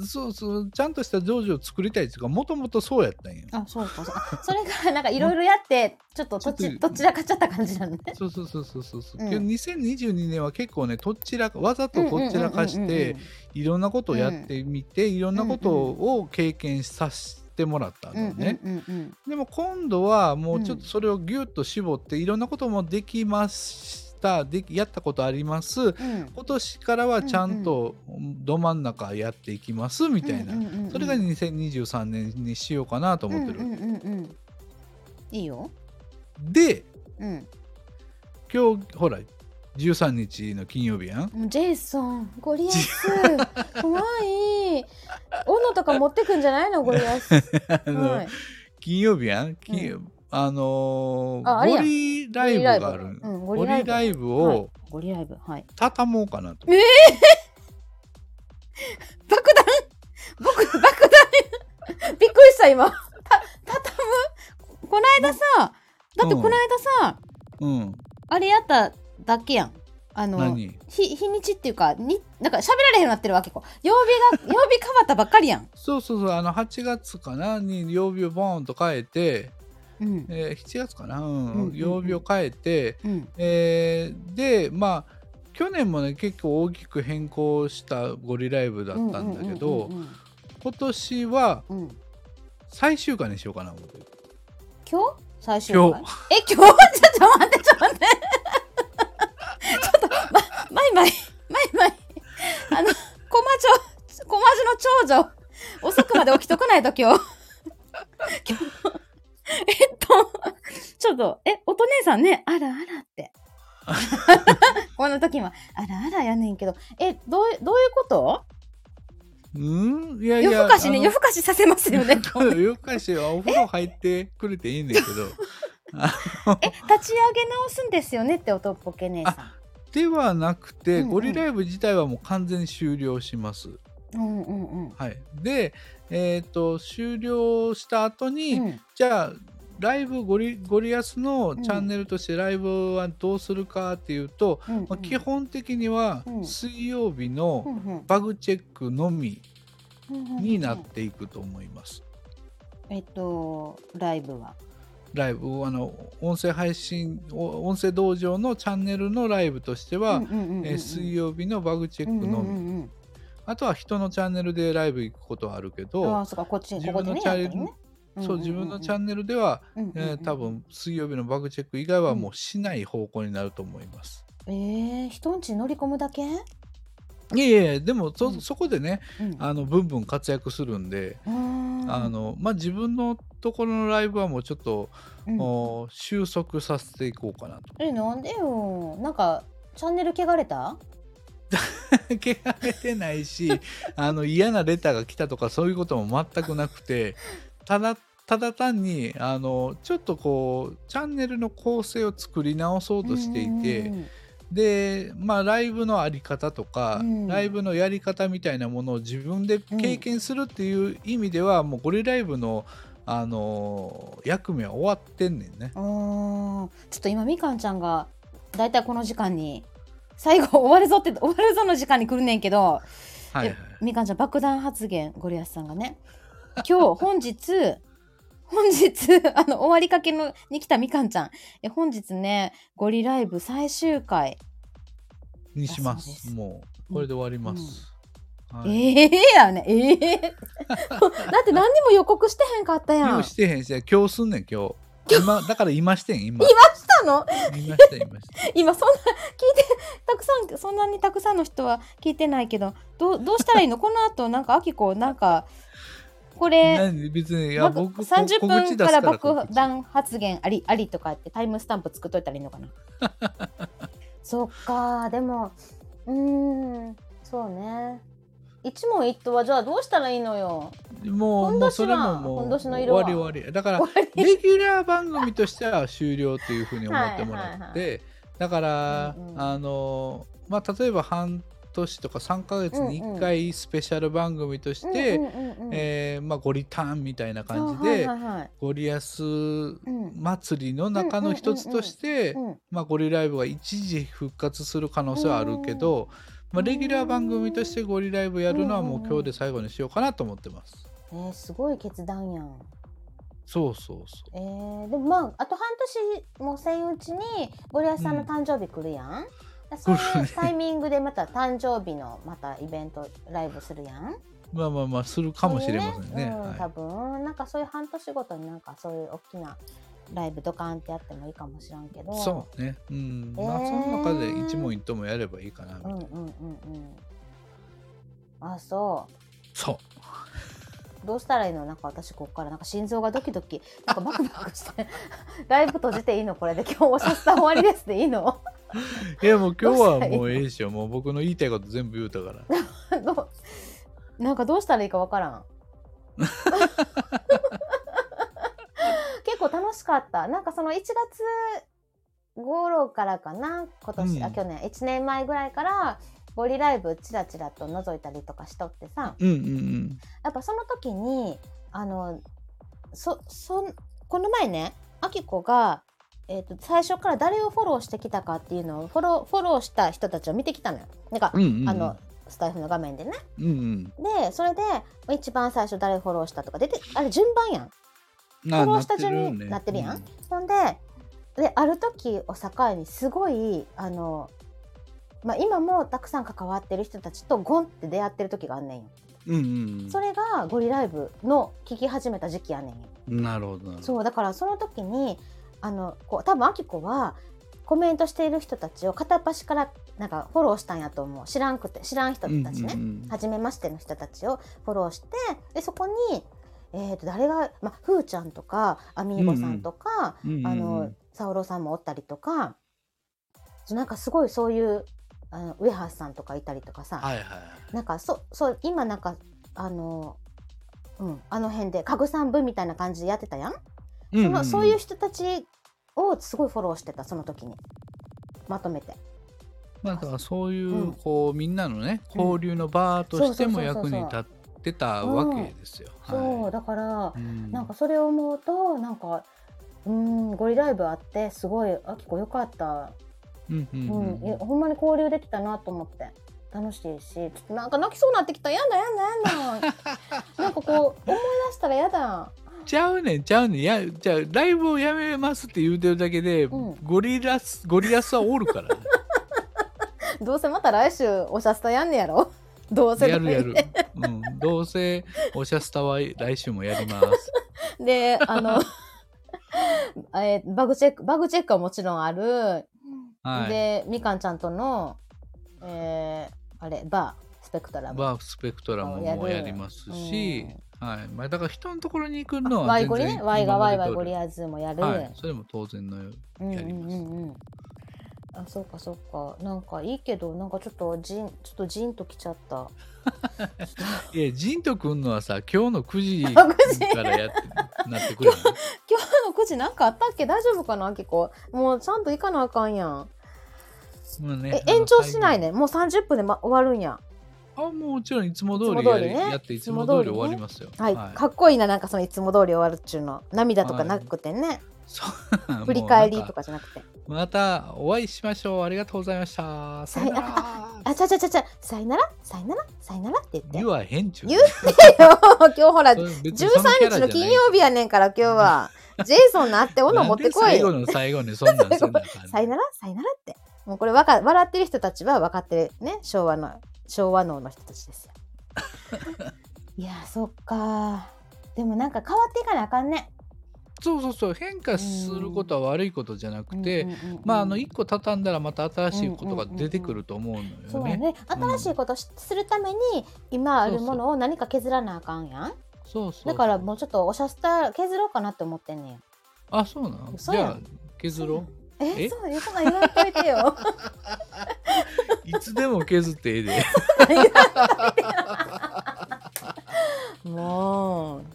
そうそうちゃんとした道場を作りたいっていうかもともとそうやったんよ。
あそうかそう あそれがなんかいろいろやってちょっとどっ
ちょ
ち
っと
どちらかっちゃった感じなのね
そうそうそうそうそうそう、
うん
けど2022年は結構ねとちらかわざとこちらかして、
うんうんうんうんうん
いろんなことをやってみて、いろんなことを経験させてもらったんだよね、
うんうんうんうん
でも今度はもううんちょっとそれをギュッと絞っていろんなこともできますしたでやったことあります
うん
今年からはちゃんとど真ん中やっていきますみたいな、
うんうんうんうん
それが2023年にしようかなと思ってる、
うんうんうんうんいいよ
で
うん
今日ほら13日の金曜日やん
もうジェイソンゴリア ス怖い斧とか持ってくんじゃないのゴリアス、
あの
はい、
金曜日やん金、あのー
ああれ
ゴ
やん
リ ライブがある
うん
ゴ
ゴリ
リ
ライブ
ライブ
はい
を
ゴリライブはい
畳もうかなと、
爆弾僕爆弾 びっくりした今た畳むこないださだってこないださ、
うん
あれやっただけやんあの
何
日日にちっていうかになんか喋られへんようになってるわけこう曜日が曜日変わったばっかりやん、
そうそうそうあの8月かなに曜日をボーンと変えて、
うん
えー7月かな、うん
うんうん
曜日を変えて、
うん、
えーでまあ去年もね結構大きく変更したゴリライブだったんだけど
うんうんうん
今年は
うんうん
最終回にしようかな思ってる
今日最終
今
回
日
え今日ちょっと待ってちょっと待ってちょっとまマイマイマイマイあの小魔女小魔女の長女遅くまで起きとかないと今日今日えっとちょっとえおと姉さんねあらあらってこの時はあらあらやねんけどえどうどういうこと
うんいやいや
夜更かしね
あの
夜更かしさせますよね今 日ね
夜更かしはお風呂入ってくれていいんだけど
え立ち上げ直すんですよねって男ポケ姉さん
ではなく
う
て、
んうん
ゴリライブ自体はもう完全に終了します。
うんうんうん
はい、で、えー、と終了した後に、
うん
じゃあライブゴリゴリアスのチャンネルとしてライブはどうするかっていうと、
うんうん
まあ基本的には
うん
水曜日
う
の
んうん
バグチェックのみにな
うん
っ
うん
ていくと思います。
うんえっとライブは
ライブあの音声配信お音声道場のチャンネルのライブとしては、えー水
曜
曜日のバグチェックのみ、
み
あとは人のチャンネルでライブ行くことはあるけ
ああ
ど、
そうかこっち
自
ここ
分
で
の
ね
チャンネ
やっ
ル
ぱりね
そう自分のチャ
ン
ンネルでは、
ネ
えー多分水曜日のバグチェック以外はもうしない方向になると思います。
えー人んち乗り込むだけ
いやいやでもそ,、
うん
そこでねあのブンブン活躍するんで、あ
あ
のまあ、自分のところのライブはもうちょっと、お収束させていこうかなと。
えなんでよなんかチャンネル汚れた
けがれてないし あの嫌なレターが来たとかそういうことも全くなくてただただ単にあのちょっとこうチャンネルの構成を作り直そうとしていて
うん
でまあライブのあり方とか、
うん
ライブのやり方みたいなものを自分で経験するっていう意味では、もうゴリライブのあの役目は終わってんねんね。
うんうんあーちょっと今みかんちゃんがだいたいこの時間に最後終わるぞって終わるぞの時間に来るねんけど
はいはい、
みかんちゃん爆弾発言ゴリアスさんがね今日 本日本日あの終わりかけのに来たみかんちゃんえ本日ねゴリライブ最終回、
にしま。
そうですす
もうこれで終わります。はい
ええやねええ だって何にも予告してへんかったやん
今日してへんし、今日すんねん、今日。今、だから今してん、今。
たの
今してん、今してん。
今そんな聞いてたくさんそんなにたくさんの人は聞いてないけどどうどうしたらいいのこの後なんかあきこなんかこれ
何別に、いや、
なんか
僕、こ
30
告
分
知出
か
す
ら
告
爆
知
弾発言ありありとかってタイムスタンプ作っといたらいいのか なそっかでもうーんそうね一問一答はじゃあどうしたらいいのよ
もう、
本年は
もうそれももう、
本
終
年の
わり
色は
終わり。だから
終、わり
レギュラー番組としては終了というふうに思ってもらっ
はい
て、だから
うんう、ん
あの、まあ、例えば半年とか3ヶ月に1回スペシャル番組として、
うんうんうんうん
えーまあ、ゴリターンみたいな感
あ
じ
はい
で
は、いはい
ゴリアス
うん
祭りの中の一つとして、
うん
まあ、ゴリライブが一時復活する可能性はあるけど、まあ、レギュラー番組としてゴリライブやるのはもう今日で最後にしようかなと思ってます。
えー、すごい決断やん
そうそうそ
えー、でもまああと半年もせんうちにゴリアスさんの誕生日来るやん、そういうタイミングでまた誕生日のまたイベントライブするやん
う。まあまあまあするかもしれませんね。
うん、多
は
分なんかそういう半年ごとになんかそういう大きなライブドカンってやってもいいかもしらんけど
そうね。うん。まあ、
えー
その中で一問一答もやればいいかなみた
う
い
ん
な。
うんうんうんあそう
そう。
どうしたらいいのなんか私こっからなんか心臓がドキドキなんかバクバクして ライブ閉じていいのこれで今日おしゃスタ終わりですでいいの
いやもう今日は
どうしたらいい
もうええ でしょ。もう僕の言いたいこと全部言うたから。
どうなんかどうしたらいいかわからん結構楽しかったなんかその1月頃からかな今年、
う
あ
ん
去年1年前ぐらいからボリライブチラチラと覗いたりとかしとってさ
うんうんうん。
やっぱその時にあのそそんこの前ねあきこが、えー、と最初から誰をフォローしてきたかっていうのをフォローフォローした人たちを見てきたのよ。なんか、
うんうんうん。
あのスタイフの画面でね。
うんうん。
でそれで一番最初誰フォローしたとか出てあれ順番やん。
な
フォローした
なってよね
順になってるやん
う
ほんでである時を境にすごいあの、まあ、今もたくさん関わってる人たちとゴンって出会ってる時があんねんよ。
うんうん
それがゴリライブの聞き始めた時期やねんよ。
うん。なるほどなるほど。
そうだからその時にあのこう多分あきこはコメントしている人たちを片っ端からなんかフォローしたんやと思う知らんくて知らん人たちね、
うんうんうん
初めましての人たちをフォローしてでそこに、えー、と誰が、まあ、ふーちゃんとかアミーゴさんとか、
うんうんうん
あのサオロさんもおったりとかなんかすごいそういうあのウエハースさんとかいたりとかさ、
はいはいはい。
なんかそそう今なんかあのうんあの辺で家具産部みたいな感じでやってたやん。
そ
そのそういう人たちをすごいフォローしてたその時にまとめて
まあだからそういう、
うん
こうみんなのね
うん
交流の場としても
そうそうそう
役
そう
に立ってたわけですよ。
そう
だ、
だから、
うん
なんかそれを思うとなんかうーんゴリライブあってすごいあきこよかった、
うんう
うんん
うん
いやほんまに交流できたなと思って楽しいしちょっとなんか泣きそうになってきたやだやだやだ なんかこう思い出したらやだ
ちゃうねんちゃうねんいやじゃあライブをやめますって言うてるだけで、
うん
ゴリラスゴリラスはおる から、ね、
どうせまた来週おしゃスタやんねや ろどうせ
やるやる、うん、どうせおしゃスタは来週もやり ます
で、あ の、えーバグチェック、バグチェックはもちろんある。
はい
で、みかんちゃんとの、えーあれ、バー、スペクトラム。
バースペクトラムもやりますし
やる、
はいまあ、だから人のところに行くのは
ワイ
全
ゴリ
然
ね、ワイがワイワイ
今
ゴ
まで
リアズもやる。
通りはい、それも当然のよう
うんうん
やります
うんうん。あ、そうかそうか。なんかいいけど、なんかちょっとジン、ちょっとジンときちゃ った。
いや、ジンとくんのはさ、今日の9
9
時からやって、なってくるの
今日の9時なんかあったっけ大丈夫かなあきこ。もうちゃんと行かなあかんやん。
もうね
え、延長しないね。
ね。
もう30分で、ま、終わるんやん。
あ、もうもちろんいつも通
いつも
り
通
や
り
り
ね
やって、いつも通り終わりますよ。
はい、かっこいいな、なんかそのいつも通り終わるっちゅうの。涙とかなくてね、
そう
振り返りと。
も
かじゃなくて。
うなんかまたお会いしましょう。ありがとうございました。さよなら。
あ、ちゃちゃちゃちゃ、さよなら、さよなら、さよならって言って。
言わへんちゅう。
言うよ 今日ほら、13日の金曜
日
日やねんから、今日 は。ジェイソンのあって、斧持ってこい
最後
よ。
の最後にそんなん せなあかんね
さよなら、さよならって。もうこれわか、笑ってる人たちは分かってるね、昭和の、昭和脳の人たち ですよ。いや、そっか。でもなんか変わっていかなあかんね。
そうそうそう。変化することは悪いことじゃなく
うん
て、
うんうんうん
まあ、あの、一個畳んだらまた新しいことが出てくると思うのよね。
そうやね新しいことしするために今あるものを何か削らなあかんやん
そうそう。
だからもうちょっとおしゃスタ削ろうかなって思ってんねん
あ、そうなのじ
そうや
ゃ
ん
あ削ろ
え
え
そう言うこと言わんといてよ
う。いつでも削ってええ で。
もうね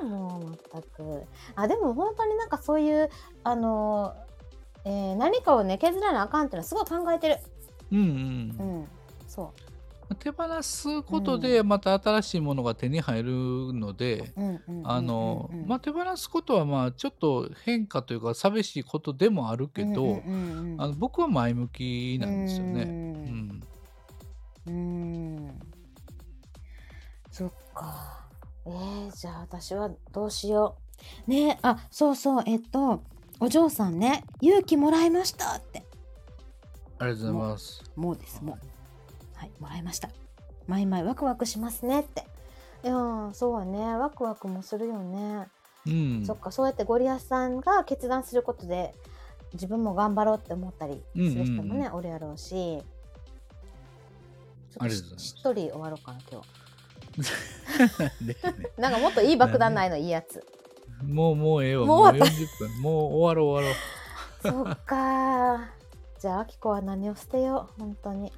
えもう全くあでも本当になんかそういうあのえー何かをね削らなあかんっていうのはすごい考えてる
うん
う
うん
んそ
手放すことでまた新しいものが手に入るので、
う、うんうんうんうん
あの、
うん
まあ手放すことはまあちょっと変化というか寂しいことでもあるけど、
うんうんうん
あの僕は前向きなんですよね。
うん
うん、
うーん。そっか。えー、じゃあ私はどうしよう。ねえあ、そうそう、えっと、お嬢さんね、勇気もらいましたって。
ありがとうございます。
もうです、もう。はい、もらいました。毎毎ワクワクしますねって。いやー、そうはね、ワクワクもするよね。
うん
そっかそうやってゴリアスさんが決断することで自分も頑張ろうって思ったりする人も
うんうん
ね、おるやろうしちょ
あ
っ
り
と
がとうございま
し
す
しっとり終わろうかな今
でね
日なんかもっといい爆弾ないのいいや つ
もうもうええわ
もう
もう
終わ
40分もう終わろう終わろう
そっかーじゃああきこは何を捨てよう本当に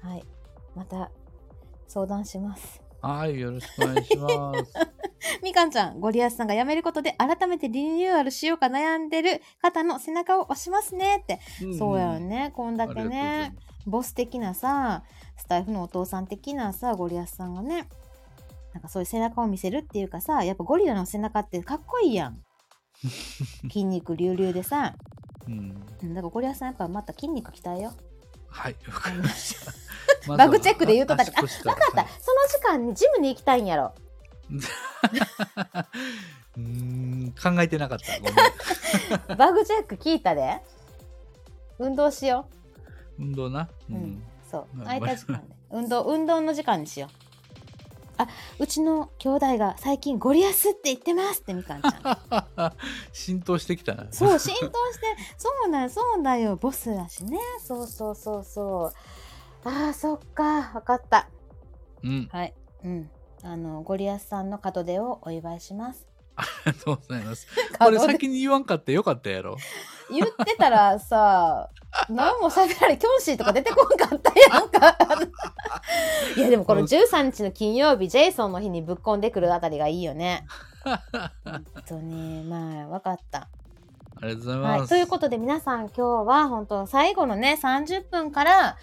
はいまた相談します
はいよろしくお願いします
みかんちゃんゴリアスさんが辞めることで改めてリニューアルしようか悩んでる方の背中を押しますねって、そうやよねこんだ
あり
け
がとうござい
ね
ます
ボス的なさスタイフのお父さん的なさゴリアスさんがねなんかそういう背中を見せるっていうかさやっぱゴリラの背中ってかっこいいや ん筋肉隆々でさ
うん
うんだからゴリアスさんやっぱまた筋肉鍛えよ
はいわかりま した
バグチェックで言うとったけど
あ分
分かったその時間にジムに行きたいんやろ
うーん考えてなかったごめん
バグジェック聞いたで運動しよ
運動なう
う、うん
ん
そう
うん
空いた時間で運動運動の時間にしようあうちの兄弟が最近ゴリアスって言ってますってみかんち ゃん
浸透してきたな
そう浸透してそうなんそうだよボスだしねそうそうそうそうあーそっか分かった
うん
はいうんあのゴリアスさんの門出をお祝いします
ありがとうございますこれ先に言わんかってよかったやろ
言ってたらさ何も喋られキョンシーとか出てこんかったやんかいやでもこの13日の金曜日ジェイソンの日にぶっこんでくるあたりがいいよね本当にまあ分かった、
ありがとうございます、
はい、ということで皆さん今日は本当最後のね30分から、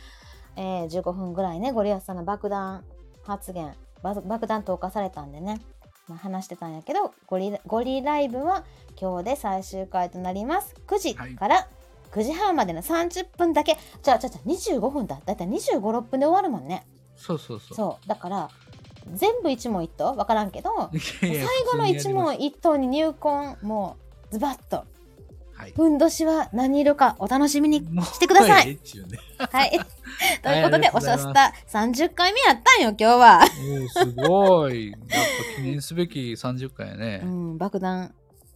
えー15分ぐらいねゴリアスさんの爆弾発言ば爆弾投下されたんでね、まあ、話してたんやけどゴリゴリライブは今日で最終回となります9時
はい
から9時半までの30分だけ、じゃあじゃあじゃあ25分だだいたい256分で終わるもんね
そうそうそう
そうだから全部一問一答分からんけど
いやいや
最後の
普通
一
にやりま
問
す
一答に入魂もうズバッと
はい
ふんどしは何色かお楽しみに
もう
してください
ええっちゅうね
はいということで、
ありがとうご
おし
ざい
ゃ
ます
スタ30回目やったんよ今日は、
おーすごい。やっぱ記念すべき30回やね。
うん爆弾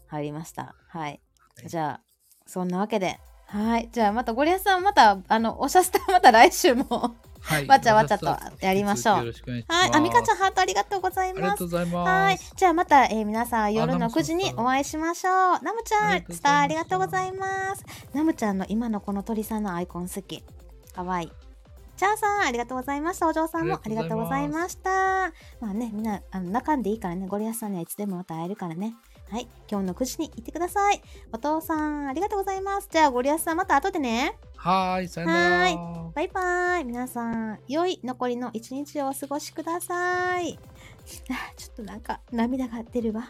入りましたはい、
はい
じゃあそんなわけではいじゃあまたゴリアスさんまたあのおしゃスタまた来週も
はい
わちゃわちゃとやりましょう
よろくお願いします
はいあみかちゃんハートありがとうござい
ありが
ます
とうございます。
はいじゃあまた、えー皆さん夜
ナ
の
ムさん
9時に
さん
お会いしましょうナムちゃ
あ
ん
りがとうございました
スターありがとうございますナムちゃんの今のこの鳥さんのアイコン好きかわいいチャーさんありがとうございましたお嬢さんもあ
あ
り
り
が
が
と
と
う
う
ご
ご
ざ
ざ
い
い
ま
ま
したまあねみんなあの仲んでいいからねゴリアスさんにはいつでもまた会えるからねはい今日の9時に行ってくださいお父さんありがとうございますじゃあゴリアスさんまた後でね
はーい、さよなら。
バイバイ皆さん良い残 りの一日をお過ごしくださいあちょっとなんか涙が出るわ